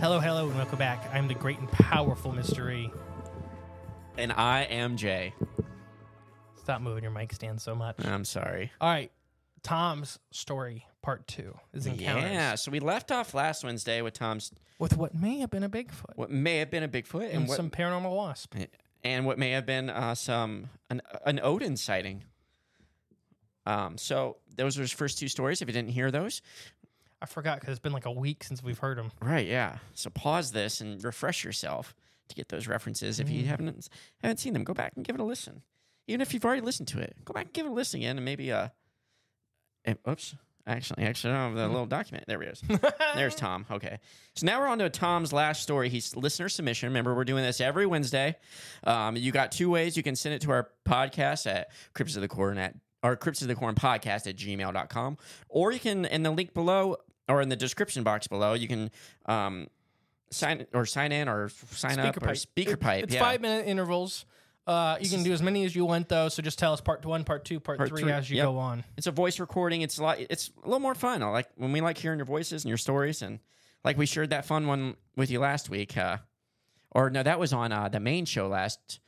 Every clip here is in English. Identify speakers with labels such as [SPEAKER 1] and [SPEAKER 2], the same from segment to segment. [SPEAKER 1] Hello, hello, and welcome back. I'm the great and powerful E. mystery.
[SPEAKER 2] And I am Jay.
[SPEAKER 1] Stop moving your mic stand so much.
[SPEAKER 2] I'm sorry.
[SPEAKER 1] All right, Tom's story, part two, is encounters
[SPEAKER 2] Yeah. So we left off last Wednesday with Tom's
[SPEAKER 1] with what may have been a Bigfoot
[SPEAKER 2] what may have been a Bigfoot
[SPEAKER 1] and
[SPEAKER 2] and what
[SPEAKER 1] some paranormal wasp.
[SPEAKER 2] and what may have been uh, some an, an Odin sighting. Um, so those were his first two stories. If you didn't hear those,
[SPEAKER 1] I forgot because it's been like a week since we've heard him.
[SPEAKER 2] right? Yeah. So pause this and refresh yourself to get those references. If you haven't haven't seen them, go back and give it a listen. Even if you've already listened to it, go back and give it a listen again, and maybe uh, eh, oops. Actually, actually, I
[SPEAKER 1] Hmm.
[SPEAKER 2] don't have the little document. There he is. There's Tom. Okay. So now we're on to Tom's last story. He's listener submission. Remember, we're doing this every Wednesday. Um, you got two ways. You can send it to our podcast at Crips of the Corn at or Crips of the Corn podcast at gmail.com. Or you can, in the link below or in the description box below, you can um, sign or sign in or sign up or speaker
[SPEAKER 1] It-
[SPEAKER 2] pipe.
[SPEAKER 1] It's
[SPEAKER 2] yeah.
[SPEAKER 1] five minute intervals. Uh, you can do as many as you want though. So just tell us part one, part two, part,
[SPEAKER 2] Part
[SPEAKER 1] three,
[SPEAKER 2] three,
[SPEAKER 1] as you
[SPEAKER 2] yep.
[SPEAKER 1] go on.
[SPEAKER 2] It's a voice recording. It's a lot. It's a little more fun. I like when we like hearing your voices and your stories, and like we shared that fun one with you last week. Uh, or no, that was on uh, the main show last,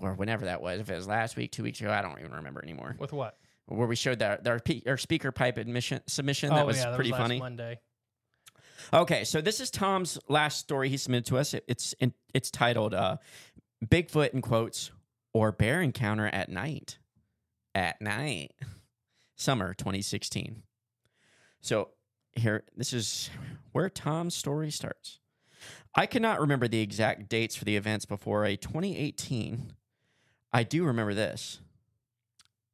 [SPEAKER 2] or whenever that was. If it was last week, two weeks ago, I don't even remember anymore.
[SPEAKER 1] With what?
[SPEAKER 2] Where we showed that our, pe- our speaker pipe admission submission.
[SPEAKER 1] oh
[SPEAKER 2] that was
[SPEAKER 1] yeah, that
[SPEAKER 2] pretty
[SPEAKER 1] was last
[SPEAKER 2] funny.
[SPEAKER 1] Monday.
[SPEAKER 2] Okay, so this is Tom's last story he submitted to us. It- It's in, it's titled uh, "Bigfoot in quotes" or "Bear encounter at night." At night, summer 2016. So here, this is where Tom's story starts. I cannot remember the exact dates for the events before a 2018. I do remember this.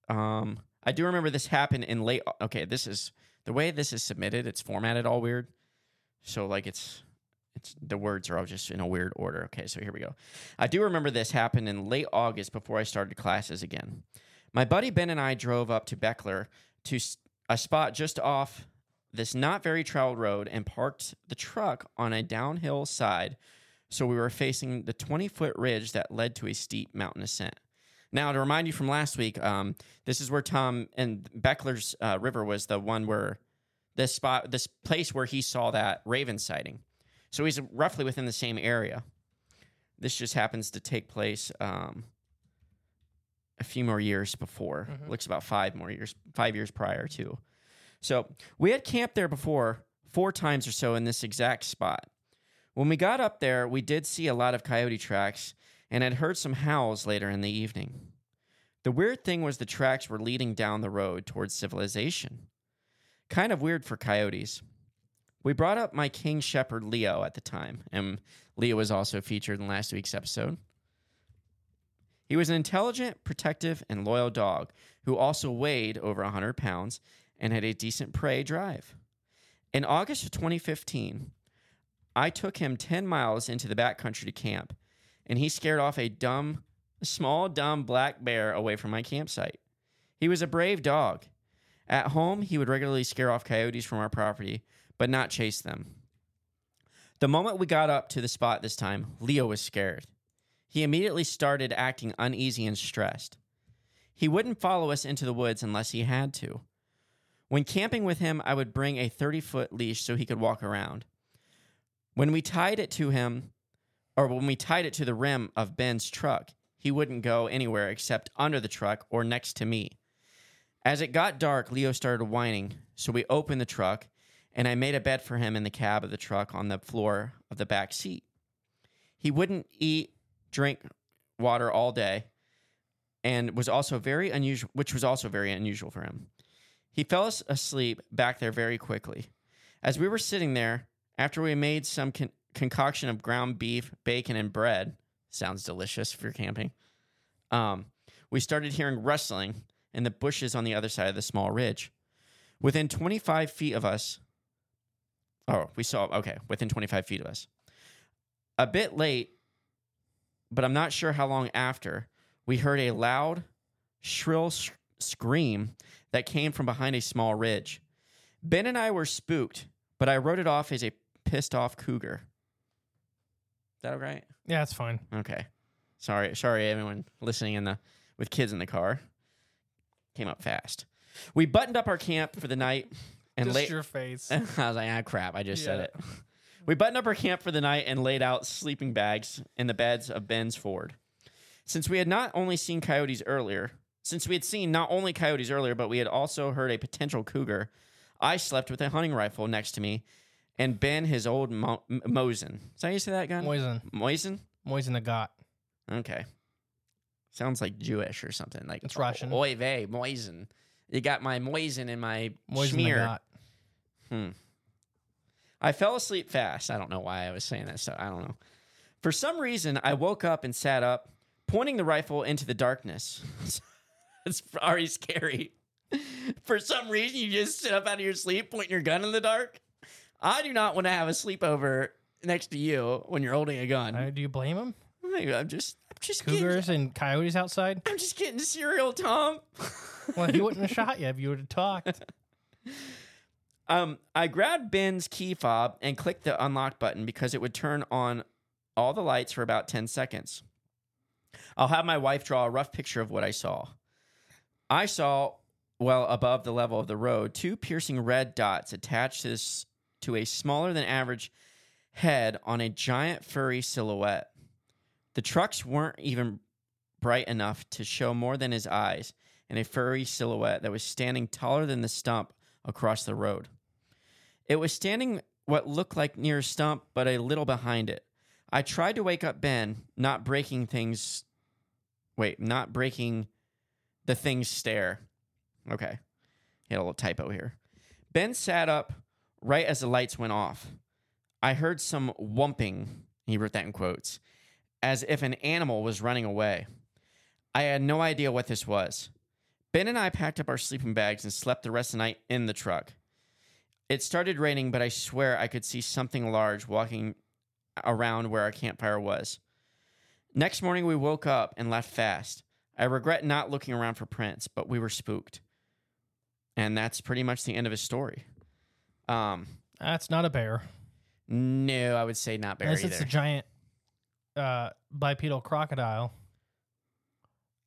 [SPEAKER 2] Um, I do remember this happened in late. Okay, this is the way this is submitted. It's formatted all weird. So like it's it's the words are all just in a weird order. Okay, so here we go. I do remember this happened in late August before I started classes again. My buddy Ben and I drove up to Beckler to s- a spot just off this not very traveled road and parked the truck on a downhill side so we were facing the 20 foot ridge that led to a steep mountain ascent. Now, to remind you from last week, um, this is where Tom and Beckler's uh, River was the one where this spot, this place where he saw that raven sighting. So he's roughly within the same area. This just happens to take place um, a few more years before. Looks about five more years, five years prior to. So we had camped there before four times or so in this exact spot. When we got up there, we did see a lot of coyote tracks and had heard some howls later in the evening. The weird thing was the tracks were leading down the road towards civilization. Kind of weird for coyotes. We brought up my king shepherd Leo at the time, and Leo was also featured in last week's episode. He was an intelligent, protective, and loyal dog who also weighed over 100 pounds and had a decent prey drive. In August of 2015, I took him 10 miles into the backcountry to camp, and he scared off a dumb a small, dumb black bear away from my campsite. He was a brave dog. At home, he would regularly scare off coyotes from our property, but not chase them. The moment we got up to the spot this time, Leo was scared. He immediately started acting uneasy and stressed. He wouldn't follow us into the woods unless he had to. When camping with him, I would bring a 30 foot leash so he could walk around. When we tied it to him, or when we tied it to the rim of Ben's truck, he wouldn't go anywhere except under the truck or next to me. As it got dark, Leo started whining, so we opened the truck and I made a bed for him in the cab of the truck on the floor of the back seat. He wouldn't eat, drink water all day and was also very unusual, which was also very unusual for him. He fell as- asleep back there very quickly. As we were sitting there, after we made some con- concoction of ground beef, bacon, and bread, sounds delicious if you're camping, um, we started hearing rustling in the bushes on the other side of the small ridge. Within 25 feet of us, oh, we saw, okay, within 25 feet of us. A bit late, but I'm not sure how long after, we heard a loud, shrill s- scream that came from behind a small ridge. Ben and I were spooked, but I wrote it off as a pissed off cougar. Is that all right?
[SPEAKER 1] Yeah, that's fine.
[SPEAKER 2] Okay. Sorry, sorry, everyone listening in the with kids in the car. Came up fast. We buttoned up our camp for the night and
[SPEAKER 1] Just
[SPEAKER 2] late.
[SPEAKER 1] your face.
[SPEAKER 2] I was like, ah, crap! I just said
[SPEAKER 1] Yeah.
[SPEAKER 2] it. We buttoned up our camp for the night and laid out sleeping bags in the beds of Ben's Ford. Since we had not only seen coyotes earlier, since we had seen not only coyotes earlier, but we had also heard a potential cougar, I slept with a hunting rifle next to me, and Ben his old mo- m- Mosin. Is that how you say that gun?
[SPEAKER 1] Moisen.
[SPEAKER 2] Moisin.
[SPEAKER 1] Moisen the got.
[SPEAKER 2] Okay. Sounds like Jewish or something. Like
[SPEAKER 1] It's Russian.
[SPEAKER 2] Oy vey, moisen. You got my moisen in my
[SPEAKER 1] Moisen the
[SPEAKER 2] schmear.
[SPEAKER 1] got.
[SPEAKER 2] I fell asleep fast. I don't know why I was saying that stuff. I don't know. For some reason, I woke up and sat up, pointing the rifle into the darkness. it's already scary. For some reason, you just sit up out of your sleep, pointing your gun in the dark. I do not want to have a sleepover next to you when you're holding a gun.
[SPEAKER 1] Uh,
[SPEAKER 2] I,
[SPEAKER 1] do you blame him?
[SPEAKER 2] am just, I'm just getting,
[SPEAKER 1] Cougars and coyotes outside?
[SPEAKER 2] I'm just getting cereal, Tom.
[SPEAKER 1] Well, he wouldn't have shot you if you would have talked.
[SPEAKER 2] Um, I grabbed Ben's key fob and clicked the unlock button because it would turn on all the lights for about 10 seconds. I'll have my wife draw a rough picture of what I saw. I saw, well above the level of the road, two piercing red dots attached to, this, to a smaller than average head on a giant furry silhouette. The trucks weren't even bright enough to show more than his eyes and a furry silhouette that was standing taller than the stump across the road. It was standing what looked like near a stump, but a little behind it. I tried to wake up Ben, not breaking things. Wait, not breaking the thing's stare. Okay. He had a little typo here. Ben sat up right as the lights went off. I heard some whumping, he wrote that in quotes, as if an animal was running away. I had no idea what this was. Ben and I packed up our sleeping bags and slept the rest of the night in the truck. It started raining, but I swear I could see something large walking around where our campfire was. Next morning, we woke up and left fast. I regret not looking around for prints, but we were spooked. And that's pretty much the end of his story. Um,
[SPEAKER 1] That's not a bear.
[SPEAKER 2] no, I would say not bear
[SPEAKER 1] Unless
[SPEAKER 2] either.
[SPEAKER 1] it's a giant uh, bipedal crocodile.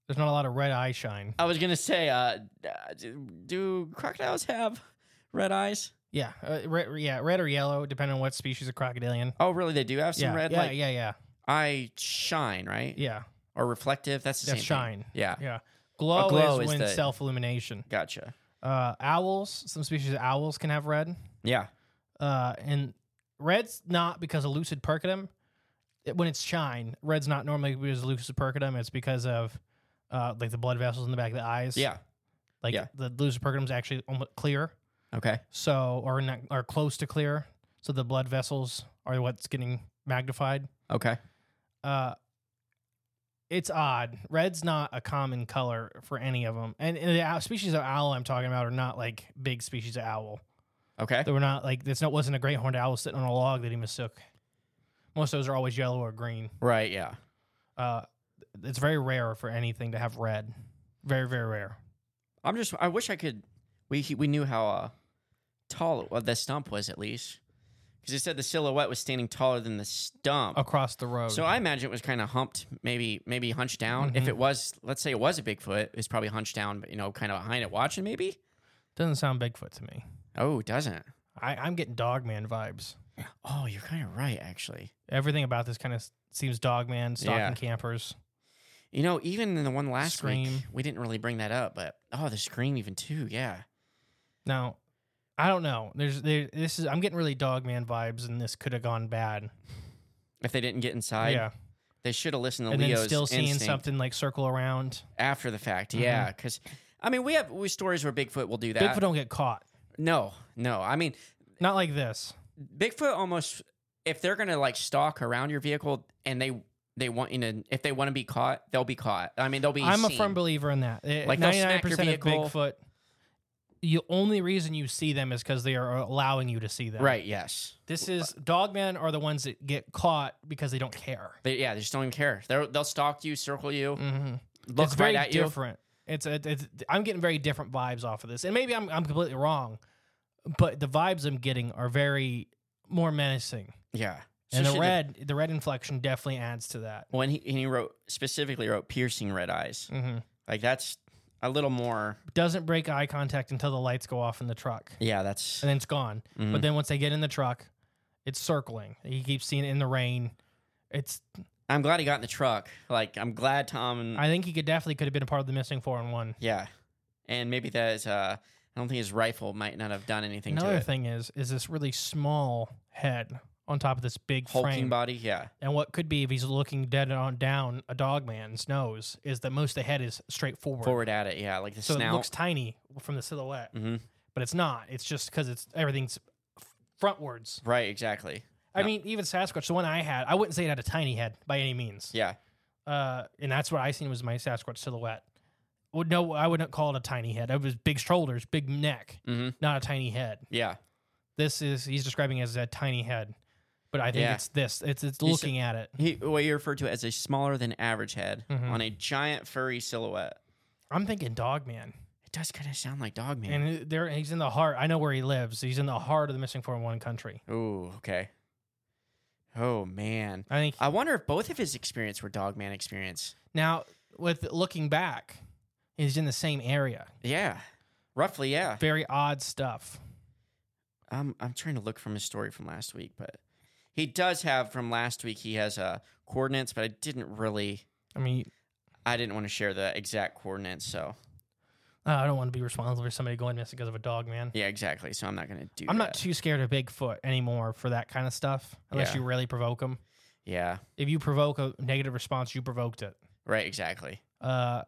[SPEAKER 1] There's not a lot of red eye shine.
[SPEAKER 2] I was gonna say, uh, uh, do- do crocodiles have red eyes?
[SPEAKER 1] Yeah, uh, red, yeah, red or yellow, depending on what species of crocodilian.
[SPEAKER 2] Oh, really? They do have some
[SPEAKER 1] yeah,
[SPEAKER 2] red,
[SPEAKER 1] yeah,
[SPEAKER 2] like
[SPEAKER 1] yeah, yeah,
[SPEAKER 2] eye shine, right?
[SPEAKER 1] yeah.
[SPEAKER 2] Or reflective. That's the
[SPEAKER 1] That's
[SPEAKER 2] same
[SPEAKER 1] shine.
[SPEAKER 2] Thing. Yeah.
[SPEAKER 1] Yeah, glow,
[SPEAKER 2] glow
[SPEAKER 1] is,
[SPEAKER 2] is
[SPEAKER 1] when
[SPEAKER 2] the-
[SPEAKER 1] self illumination.
[SPEAKER 2] Gotcha.
[SPEAKER 1] Uh, owls, some species of owls can have red.
[SPEAKER 2] Yeah.
[SPEAKER 1] Uh, and red's not because of lucid percutum. It- when it's shine, red's not normally because of lucid percutum. It's because of uh, like the blood vessels in the back of the eyes.
[SPEAKER 2] Yeah.
[SPEAKER 1] like
[SPEAKER 2] yeah.
[SPEAKER 1] the lucid percutum's actually almost clear.
[SPEAKER 2] Okay.
[SPEAKER 1] So or not, or close to clear. So the blood vessels are what's getting magnified.
[SPEAKER 2] Okay.
[SPEAKER 1] Uh, it's odd. Red's not a common color for any of them, and, and the owl- species of owl I'm talking about are not like big species of owl.
[SPEAKER 2] Okay.
[SPEAKER 1] They were not like this. Not wasn't a great horned owl sitting on a log that he mistook. Most of those are always yellow or green.
[SPEAKER 2] right. Yeah.
[SPEAKER 1] Uh, it's very rare for anything to have red. Very, very rare.
[SPEAKER 2] I'm just. I wish I could. We he- we knew how uh, tall it, well, the stump was at least, because it said the silhouette was standing taller than the stump.
[SPEAKER 1] Across the road.
[SPEAKER 2] So I imagine it was kind of humped, maybe maybe hunched down.
[SPEAKER 1] Mm-hmm.
[SPEAKER 2] If it was, let's say it was a Bigfoot, it's probably hunched down, but you know, kind of behind it, watching maybe.
[SPEAKER 1] doesn't sound Bigfoot to me.
[SPEAKER 2] Oh, it doesn't.
[SPEAKER 1] I, I'm getting Dogman vibes.
[SPEAKER 2] Oh, you're kind of right, actually.
[SPEAKER 1] Everything about this kind of seems Dogman, stalking
[SPEAKER 2] Yeah.
[SPEAKER 1] campers.
[SPEAKER 2] You know, even in the one last week,
[SPEAKER 1] Scream.
[SPEAKER 2] we didn't really bring that up, but oh, the scream even too. Yeah,
[SPEAKER 1] Now, I don't know. There's there. This is I'm getting really Dogman vibes, and this could have gone bad.
[SPEAKER 2] if they didn't get inside,
[SPEAKER 1] yeah,
[SPEAKER 2] they should have listened to
[SPEAKER 1] and
[SPEAKER 2] Leo's
[SPEAKER 1] then still seeing
[SPEAKER 2] instinct
[SPEAKER 1] something like circle around.
[SPEAKER 2] after the fact. Yeah, because I mean, we have we stories where Bigfoot will do that.
[SPEAKER 1] Mm-hmm. Bigfoot don't get caught.
[SPEAKER 2] no, no. I mean,
[SPEAKER 1] Not like this.
[SPEAKER 2] Bigfoot almost if they're gonna like stalk around your vehicle and they they want you to if they want to be caught they'll be caught. I mean they'll be.
[SPEAKER 1] I'm a
[SPEAKER 2] seen.
[SPEAKER 1] firm believer in that.
[SPEAKER 2] Like,
[SPEAKER 1] Like
[SPEAKER 2] they'll
[SPEAKER 1] 99%
[SPEAKER 2] smack your
[SPEAKER 1] of
[SPEAKER 2] vehicle.
[SPEAKER 1] Bigfoot. The only reason you see them is because they are allowing you to see them.
[SPEAKER 2] Right. Yes.
[SPEAKER 1] This is dogmen are the ones that get caught because they don't care.
[SPEAKER 2] They, yeah. They just don't even care. They're, they'll stalk you, circle you,
[SPEAKER 1] Mm-hmm.
[SPEAKER 2] look
[SPEAKER 1] it's
[SPEAKER 2] right
[SPEAKER 1] very
[SPEAKER 2] at you.
[SPEAKER 1] different. It's, it's it's I'm getting very different vibes off of this, and maybe I'm I'm completely wrong, but the vibes I'm getting are very more menacing.
[SPEAKER 2] Yeah.
[SPEAKER 1] and the
[SPEAKER 2] Especially
[SPEAKER 1] red the red inflection definitely adds to that.
[SPEAKER 2] when he, he wrote specifically wrote piercing red eyes
[SPEAKER 1] Mm-hmm.
[SPEAKER 2] like that's a little more
[SPEAKER 1] Doesn't break eye contact until the lights go off in the truck.
[SPEAKER 2] yeah that's mm-hmm.
[SPEAKER 1] and then it's gone.
[SPEAKER 2] Mm.
[SPEAKER 1] But then once they get in the truck, it's circling. He keeps seeing it in the rain. It's.
[SPEAKER 2] i'm glad he got in the truck like i'm glad tom
[SPEAKER 1] I think he could definitely could have been a part of the missing four and one.
[SPEAKER 2] yeah and maybe that is uh i don't think his rifle might not have done anything to
[SPEAKER 1] Another
[SPEAKER 2] it
[SPEAKER 1] thing is is this really small head on top of this big
[SPEAKER 2] hulking
[SPEAKER 1] frame.
[SPEAKER 2] body yeah
[SPEAKER 1] And what could be if he's looking dead on down a dog man's nose is that most of the head is straight forward.
[SPEAKER 2] forward at it yeah like the
[SPEAKER 1] So
[SPEAKER 2] snout
[SPEAKER 1] it looks tiny from the silhouette,
[SPEAKER 2] Mhm.
[SPEAKER 1] but it's not. It's just because it's everything's f- frontwards.
[SPEAKER 2] right exactly
[SPEAKER 1] I mean, even Sasquatch, the one I had, I wouldn't say it had a tiny head by any means.
[SPEAKER 2] yeah
[SPEAKER 1] uh, and that's what I seen was my Sasquatch silhouette. Well, no, I wouldn't call it a tiny head. It was big shoulders, big neck,
[SPEAKER 2] Mhm.
[SPEAKER 1] not a tiny head.
[SPEAKER 2] yeah
[SPEAKER 1] This is he's describing it as a tiny head, but I think
[SPEAKER 2] Yeah.
[SPEAKER 1] it's this. It's it's
[SPEAKER 2] He's-
[SPEAKER 1] looking at it.
[SPEAKER 2] he what you referred to as a smaller than average head
[SPEAKER 1] Mhm.
[SPEAKER 2] on a giant furry silhouette
[SPEAKER 1] I'm thinking dog man,
[SPEAKER 2] it does kind of sound like dog man
[SPEAKER 1] and it- there he's in the heart. I know where he lives. He's in the heart of the missing four oh one country.
[SPEAKER 2] Ooh, okay. Oh man.
[SPEAKER 1] I think
[SPEAKER 2] I wonder if both of his experience were Dogman experience.
[SPEAKER 1] now with looking back, he's in the same area.
[SPEAKER 2] Yeah. Roughly, yeah.
[SPEAKER 1] Very odd stuff.
[SPEAKER 2] I'm I'm trying to look from his story from last week, but he does have from last week he has uh coordinates, but I didn't really
[SPEAKER 1] I mean,
[SPEAKER 2] I didn't want to share the exact coordinates, so
[SPEAKER 1] uh, I don't want to be responsible for somebody going missing because of a dog man.
[SPEAKER 2] yeah, exactly. So I'm not gonna do
[SPEAKER 1] I'm not
[SPEAKER 2] that.
[SPEAKER 1] too scared of Bigfoot anymore for that kind of stuff, unless
[SPEAKER 2] Yeah.
[SPEAKER 1] you really provoke him.
[SPEAKER 2] Yeah.
[SPEAKER 1] If you provoke a negative response, you provoked it.
[SPEAKER 2] Right, exactly.
[SPEAKER 1] Uh,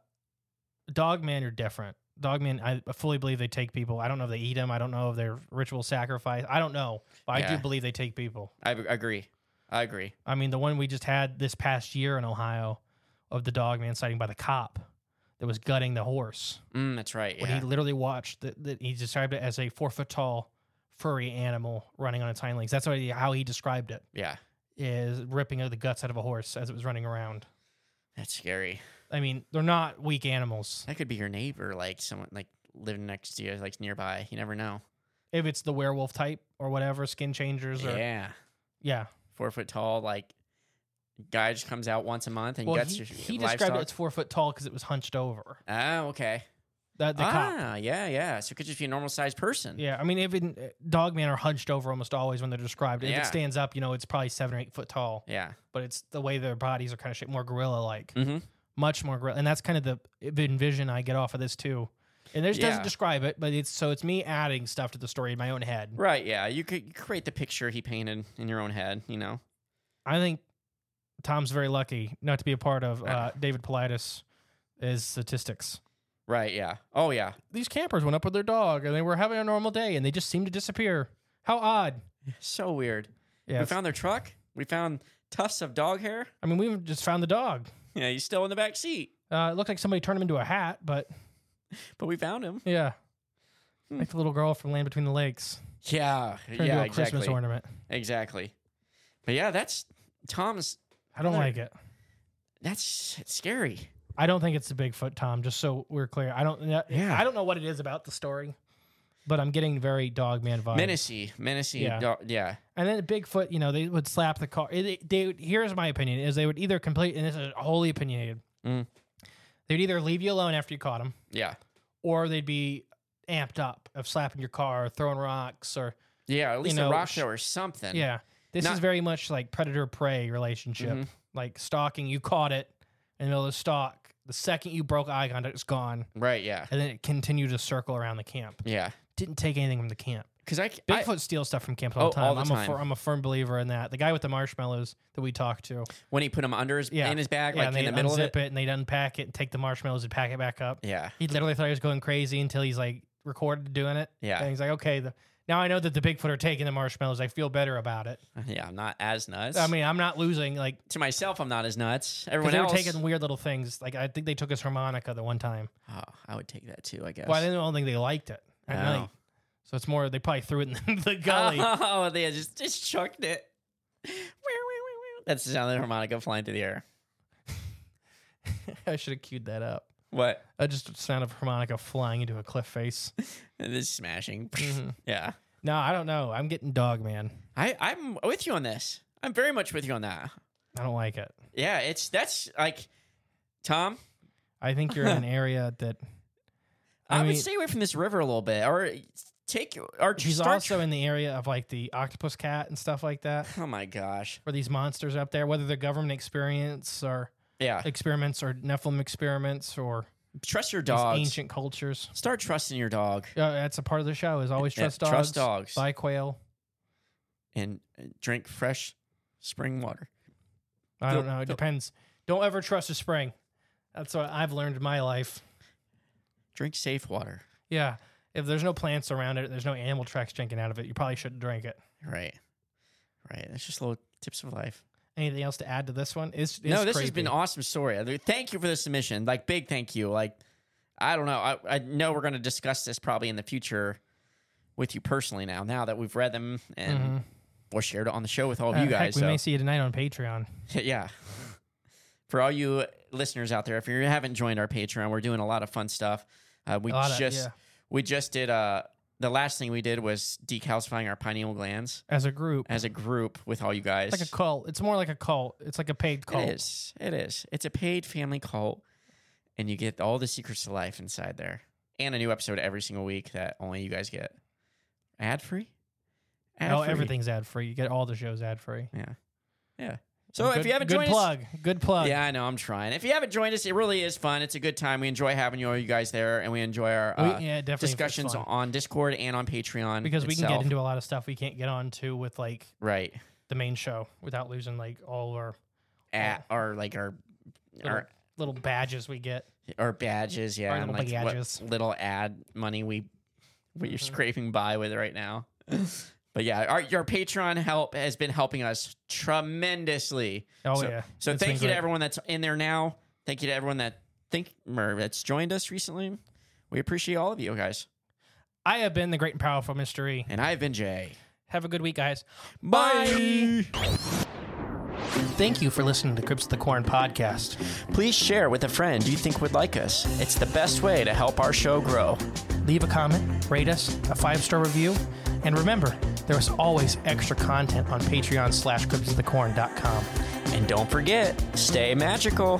[SPEAKER 1] Dogman are different. Dogman, I fully believe they take people. I don't know if they eat them. I don't know if they're ritual sacrifice. I don't know, but I
[SPEAKER 2] Yeah.
[SPEAKER 1] do believe they take people.
[SPEAKER 2] I ag- agree. I agree.
[SPEAKER 1] I mean, the one we just had this past year in Ohio of the Dogman sighting by the cop that was gutting the horse.
[SPEAKER 2] Mm, that's right.
[SPEAKER 1] When
[SPEAKER 2] Yeah.
[SPEAKER 1] he literally watched that, that he described it as a four foot tall furry animal running on its hind legs. That's what he, how he described it.
[SPEAKER 2] yeah.
[SPEAKER 1] is ripping out the guts out of a horse as it was running around.
[SPEAKER 2] That's scary.
[SPEAKER 1] I mean, they're not weak animals.
[SPEAKER 2] That could be your neighbor, like someone like living next to you, like nearby. You never know.
[SPEAKER 1] If it's the werewolf type or whatever, skin changers or yeah.
[SPEAKER 2] Yeah. four foot tall, like guy just comes out once a month and
[SPEAKER 1] Well,
[SPEAKER 2] gets
[SPEAKER 1] he,
[SPEAKER 2] your
[SPEAKER 1] he
[SPEAKER 2] livestock.
[SPEAKER 1] described it as four foot tall because it was hunched over.
[SPEAKER 2] oh, okay.
[SPEAKER 1] That the
[SPEAKER 2] ah,
[SPEAKER 1] cop.
[SPEAKER 2] yeah, yeah. So it could just be a normal sized person.
[SPEAKER 1] Yeah, I mean, even uh, dogmen are hunched over almost always when they're described. If
[SPEAKER 2] Yeah.
[SPEAKER 1] it stands up, you know, it's probably seven or eight foot tall.
[SPEAKER 2] yeah.
[SPEAKER 1] But it's the way their bodies are kind of shaped, more gorilla like,
[SPEAKER 2] Mhm.
[SPEAKER 1] much more gorilla. And that's kind of the envision I get off of this too. And there's
[SPEAKER 2] Yeah.
[SPEAKER 1] doesn't describe it, but it's so it's me adding stuff to the story in my own head.
[SPEAKER 2] Right. Yeah. You could you create the picture he painted in your own head. You know.
[SPEAKER 1] I think Tom's very lucky not to be a part of
[SPEAKER 2] Uh.
[SPEAKER 1] uh, David Politis' statistics.
[SPEAKER 2] Right. Yeah. Oh yeah.
[SPEAKER 1] These campers went up with their dog and they were having a normal day and they just seemed to disappear. How odd.
[SPEAKER 2] So weird.
[SPEAKER 1] Yeah.
[SPEAKER 2] We found their truck. We found tufts of dog hair.
[SPEAKER 1] I mean, we even just found the dog.
[SPEAKER 2] Yeah, he's still in the back seat,
[SPEAKER 1] Uh, it looked like somebody turned him into a hat, but
[SPEAKER 2] but we found him.
[SPEAKER 1] yeah. Like the little girl from Land Between the Lakes.
[SPEAKER 2] Yeah.
[SPEAKER 1] Turned
[SPEAKER 2] Hmm. yeah.
[SPEAKER 1] into a
[SPEAKER 2] Exactly.
[SPEAKER 1] Christmas ornament.
[SPEAKER 2] Exactly. But yeah, that's Tom's
[SPEAKER 1] I don't
[SPEAKER 2] Another-
[SPEAKER 1] like it.
[SPEAKER 2] That's scary.
[SPEAKER 1] I don't think it's the Bigfoot, Tom. Just so we're clear, I don't. Yeah. I don't know what it is about the story, but I'm getting very Dogman vibes.
[SPEAKER 2] Menacey, menacey.
[SPEAKER 1] Yeah.
[SPEAKER 2] Yeah. yeah.
[SPEAKER 1] And then Bigfoot, you know, they would slap the car. They, they would- here's my opinion: is they would either complete, and this is wholly opinionated.
[SPEAKER 2] Mm.
[SPEAKER 1] They'd either leave you alone after you caught them,
[SPEAKER 2] Yeah.
[SPEAKER 1] or they'd be amped up of slapping your car, throwing rocks, or
[SPEAKER 2] Yeah. At least
[SPEAKER 1] know,
[SPEAKER 2] a rock
[SPEAKER 1] sh-
[SPEAKER 2] show or something.
[SPEAKER 1] yeah. This
[SPEAKER 2] Not-
[SPEAKER 1] is very much like predator prey relationship,
[SPEAKER 2] Mhm.
[SPEAKER 1] like stalking. You caught it in the middle of the stalk. The second you broke eye contact, it's gone,
[SPEAKER 2] Right. Yeah.
[SPEAKER 1] and then it continued to circle around the camp.
[SPEAKER 2] Yeah.
[SPEAKER 1] Didn't take anything from the camp.
[SPEAKER 2] Because I, c- I-
[SPEAKER 1] Bigfoot steals stuff from camps all
[SPEAKER 2] Oh,
[SPEAKER 1] the time.
[SPEAKER 2] all the
[SPEAKER 1] I'm, A
[SPEAKER 2] time.
[SPEAKER 1] fir- I'm a firm believer in that. The guy with the marshmallows that we talked to,
[SPEAKER 2] when he put him under his
[SPEAKER 1] yeah,
[SPEAKER 2] in his bag,
[SPEAKER 1] yeah,
[SPEAKER 2] like
[SPEAKER 1] and
[SPEAKER 2] in
[SPEAKER 1] they'd
[SPEAKER 2] the middle of
[SPEAKER 1] unzip
[SPEAKER 2] it.
[SPEAKER 1] it. and they'd unpack it and take the marshmallows and pack it back up.
[SPEAKER 2] Yeah.
[SPEAKER 1] He literally thought he was going crazy until he's like recorded doing it.
[SPEAKER 2] Yeah.
[SPEAKER 1] and he's like, okay, the, now I know that the Bigfoot are taking the marshmallows. I feel better about it.
[SPEAKER 2] Yeah. I'm not as nuts.
[SPEAKER 1] I mean, I'm not losing like.
[SPEAKER 2] to myself, I'm not as nuts.
[SPEAKER 1] 'cause
[SPEAKER 2] Everyone
[SPEAKER 1] they were
[SPEAKER 2] else,
[SPEAKER 1] taking weird little things. Like I think they took his harmonica the one time.
[SPEAKER 2] oh, I would take that too. I guess.
[SPEAKER 1] Well, I don't think they liked it at
[SPEAKER 2] Oh.
[SPEAKER 1] night. So it's more they probably threw it in the gully.
[SPEAKER 2] Oh, they just just chucked it. That's the sound of the harmonica flying through the air.
[SPEAKER 1] I should have queued that up.
[SPEAKER 2] What?
[SPEAKER 1] Uh, just the sound of harmonica flying into a cliff face.
[SPEAKER 2] This smashing.
[SPEAKER 1] Mhm.
[SPEAKER 2] Yeah.
[SPEAKER 1] No, I don't know. I'm getting dog man.
[SPEAKER 2] I, I'm with you on this. I'm very much with you on that.
[SPEAKER 1] I don't like it.
[SPEAKER 2] Yeah, it's that's like Tom.
[SPEAKER 1] I think you're in an area that
[SPEAKER 2] I,
[SPEAKER 1] I mean-
[SPEAKER 2] would stay away from this river a little bit, or take or
[SPEAKER 1] she's
[SPEAKER 2] start
[SPEAKER 1] also in the area of like the octopus cat and stuff like that,
[SPEAKER 2] oh my gosh.
[SPEAKER 1] where these monsters up there, whether they're government experience or
[SPEAKER 2] Yeah,
[SPEAKER 1] experiments or Nephilim experiments or
[SPEAKER 2] trust your
[SPEAKER 1] these
[SPEAKER 2] dogs.
[SPEAKER 1] ancient cultures.
[SPEAKER 2] Start trusting your dog
[SPEAKER 1] Uh, that's a part of the show. Is always
[SPEAKER 2] Yeah,
[SPEAKER 1] trust dogs.
[SPEAKER 2] trust dogs.
[SPEAKER 1] Buy quail.
[SPEAKER 2] and uh, drink fresh spring water.
[SPEAKER 1] I
[SPEAKER 2] Don't-
[SPEAKER 1] don't know. It
[SPEAKER 2] don't-
[SPEAKER 1] depends. Don't ever trust a spring. That's what I've learned in my life.
[SPEAKER 2] Drink safe water.
[SPEAKER 1] Yeah. If there's no plants around it, there's no animal tracks drinking out of it. You probably shouldn't drink it.
[SPEAKER 2] Right, right. That's just little tips of life.
[SPEAKER 1] Anything else to add to this one? It's, it's
[SPEAKER 2] no, this has
[SPEAKER 1] creepy.
[SPEAKER 2] been an awesome story. I mean, Thank you for the submission. Like big thank you. Like I don't know. I, I know we're going to discuss this probably in the future with you personally. Now, now that we've read them and
[SPEAKER 1] Mhm.
[SPEAKER 2] or shared it on the show with all of
[SPEAKER 1] Uh,
[SPEAKER 2] you
[SPEAKER 1] heck,
[SPEAKER 2] guys.
[SPEAKER 1] we may
[SPEAKER 2] so
[SPEAKER 1] see you tonight on Patreon.
[SPEAKER 2] yeah. For all you listeners out there, if you haven't joined our Patreon, we're doing a lot of fun stuff. Uh, we
[SPEAKER 1] A lot of-
[SPEAKER 2] just
[SPEAKER 1] yeah.
[SPEAKER 2] we just did uh the last thing we did was decalcifying our pineal glands
[SPEAKER 1] as a group.
[SPEAKER 2] as a group with all you guys.
[SPEAKER 1] It's like a cult. It's more like a cult. It's like a paid cult.
[SPEAKER 2] It is. It is. It's a paid family cult, and you get all the secrets to life inside there, and a new episode every single week that only you guys get, ad free.
[SPEAKER 1] Oh, everything's ad free. You get all the shows ad free.
[SPEAKER 2] Yeah, yeah. So
[SPEAKER 1] good,
[SPEAKER 2] if you haven't
[SPEAKER 1] good
[SPEAKER 2] joined us,
[SPEAKER 1] plug, good plug.
[SPEAKER 2] yeah, I know I'm trying. If you haven't joined us, it really is fun. It's a good time. We enjoy having you all you guys there, and we enjoy our
[SPEAKER 1] We-
[SPEAKER 2] uh,
[SPEAKER 1] yeah, definitely, it's
[SPEAKER 2] discussions
[SPEAKER 1] fun.
[SPEAKER 2] on Discord and on Patreon
[SPEAKER 1] because we can
[SPEAKER 2] itself.
[SPEAKER 1] get into a lot of stuff we can't get onto with like
[SPEAKER 2] right
[SPEAKER 1] the main show without losing like all our
[SPEAKER 2] at our like our
[SPEAKER 1] little,
[SPEAKER 2] our
[SPEAKER 1] little badges we get.
[SPEAKER 2] Or badges, yeah.
[SPEAKER 1] Our
[SPEAKER 2] and,
[SPEAKER 1] little
[SPEAKER 2] like, what
[SPEAKER 1] badges. Mm-hmm.
[SPEAKER 2] little ad money we we are scraping by with right now. but yeah, our your Patreon help has been helping us tremendously.
[SPEAKER 1] Oh
[SPEAKER 2] so,
[SPEAKER 1] yeah.
[SPEAKER 2] So
[SPEAKER 1] It's been
[SPEAKER 2] thank you to
[SPEAKER 1] great.
[SPEAKER 2] everyone that's in there now. Thank you to everyone that think or that's joined us recently. We appreciate all of you guys.
[SPEAKER 1] I have been the great and powerful mystery.
[SPEAKER 2] And I've been Jay.
[SPEAKER 1] Have a good week, guys.
[SPEAKER 2] Bye.
[SPEAKER 1] Thank you for listening to Crips of the Corn podcast.
[SPEAKER 2] Please share with a friend you think would like us. It's the best way to help our show grow.
[SPEAKER 1] leave a comment, rate us, a five star review, and remember, there is always extra content on Patreon slash CryptsToTheCorn.com.
[SPEAKER 2] And don't forget, stay magical.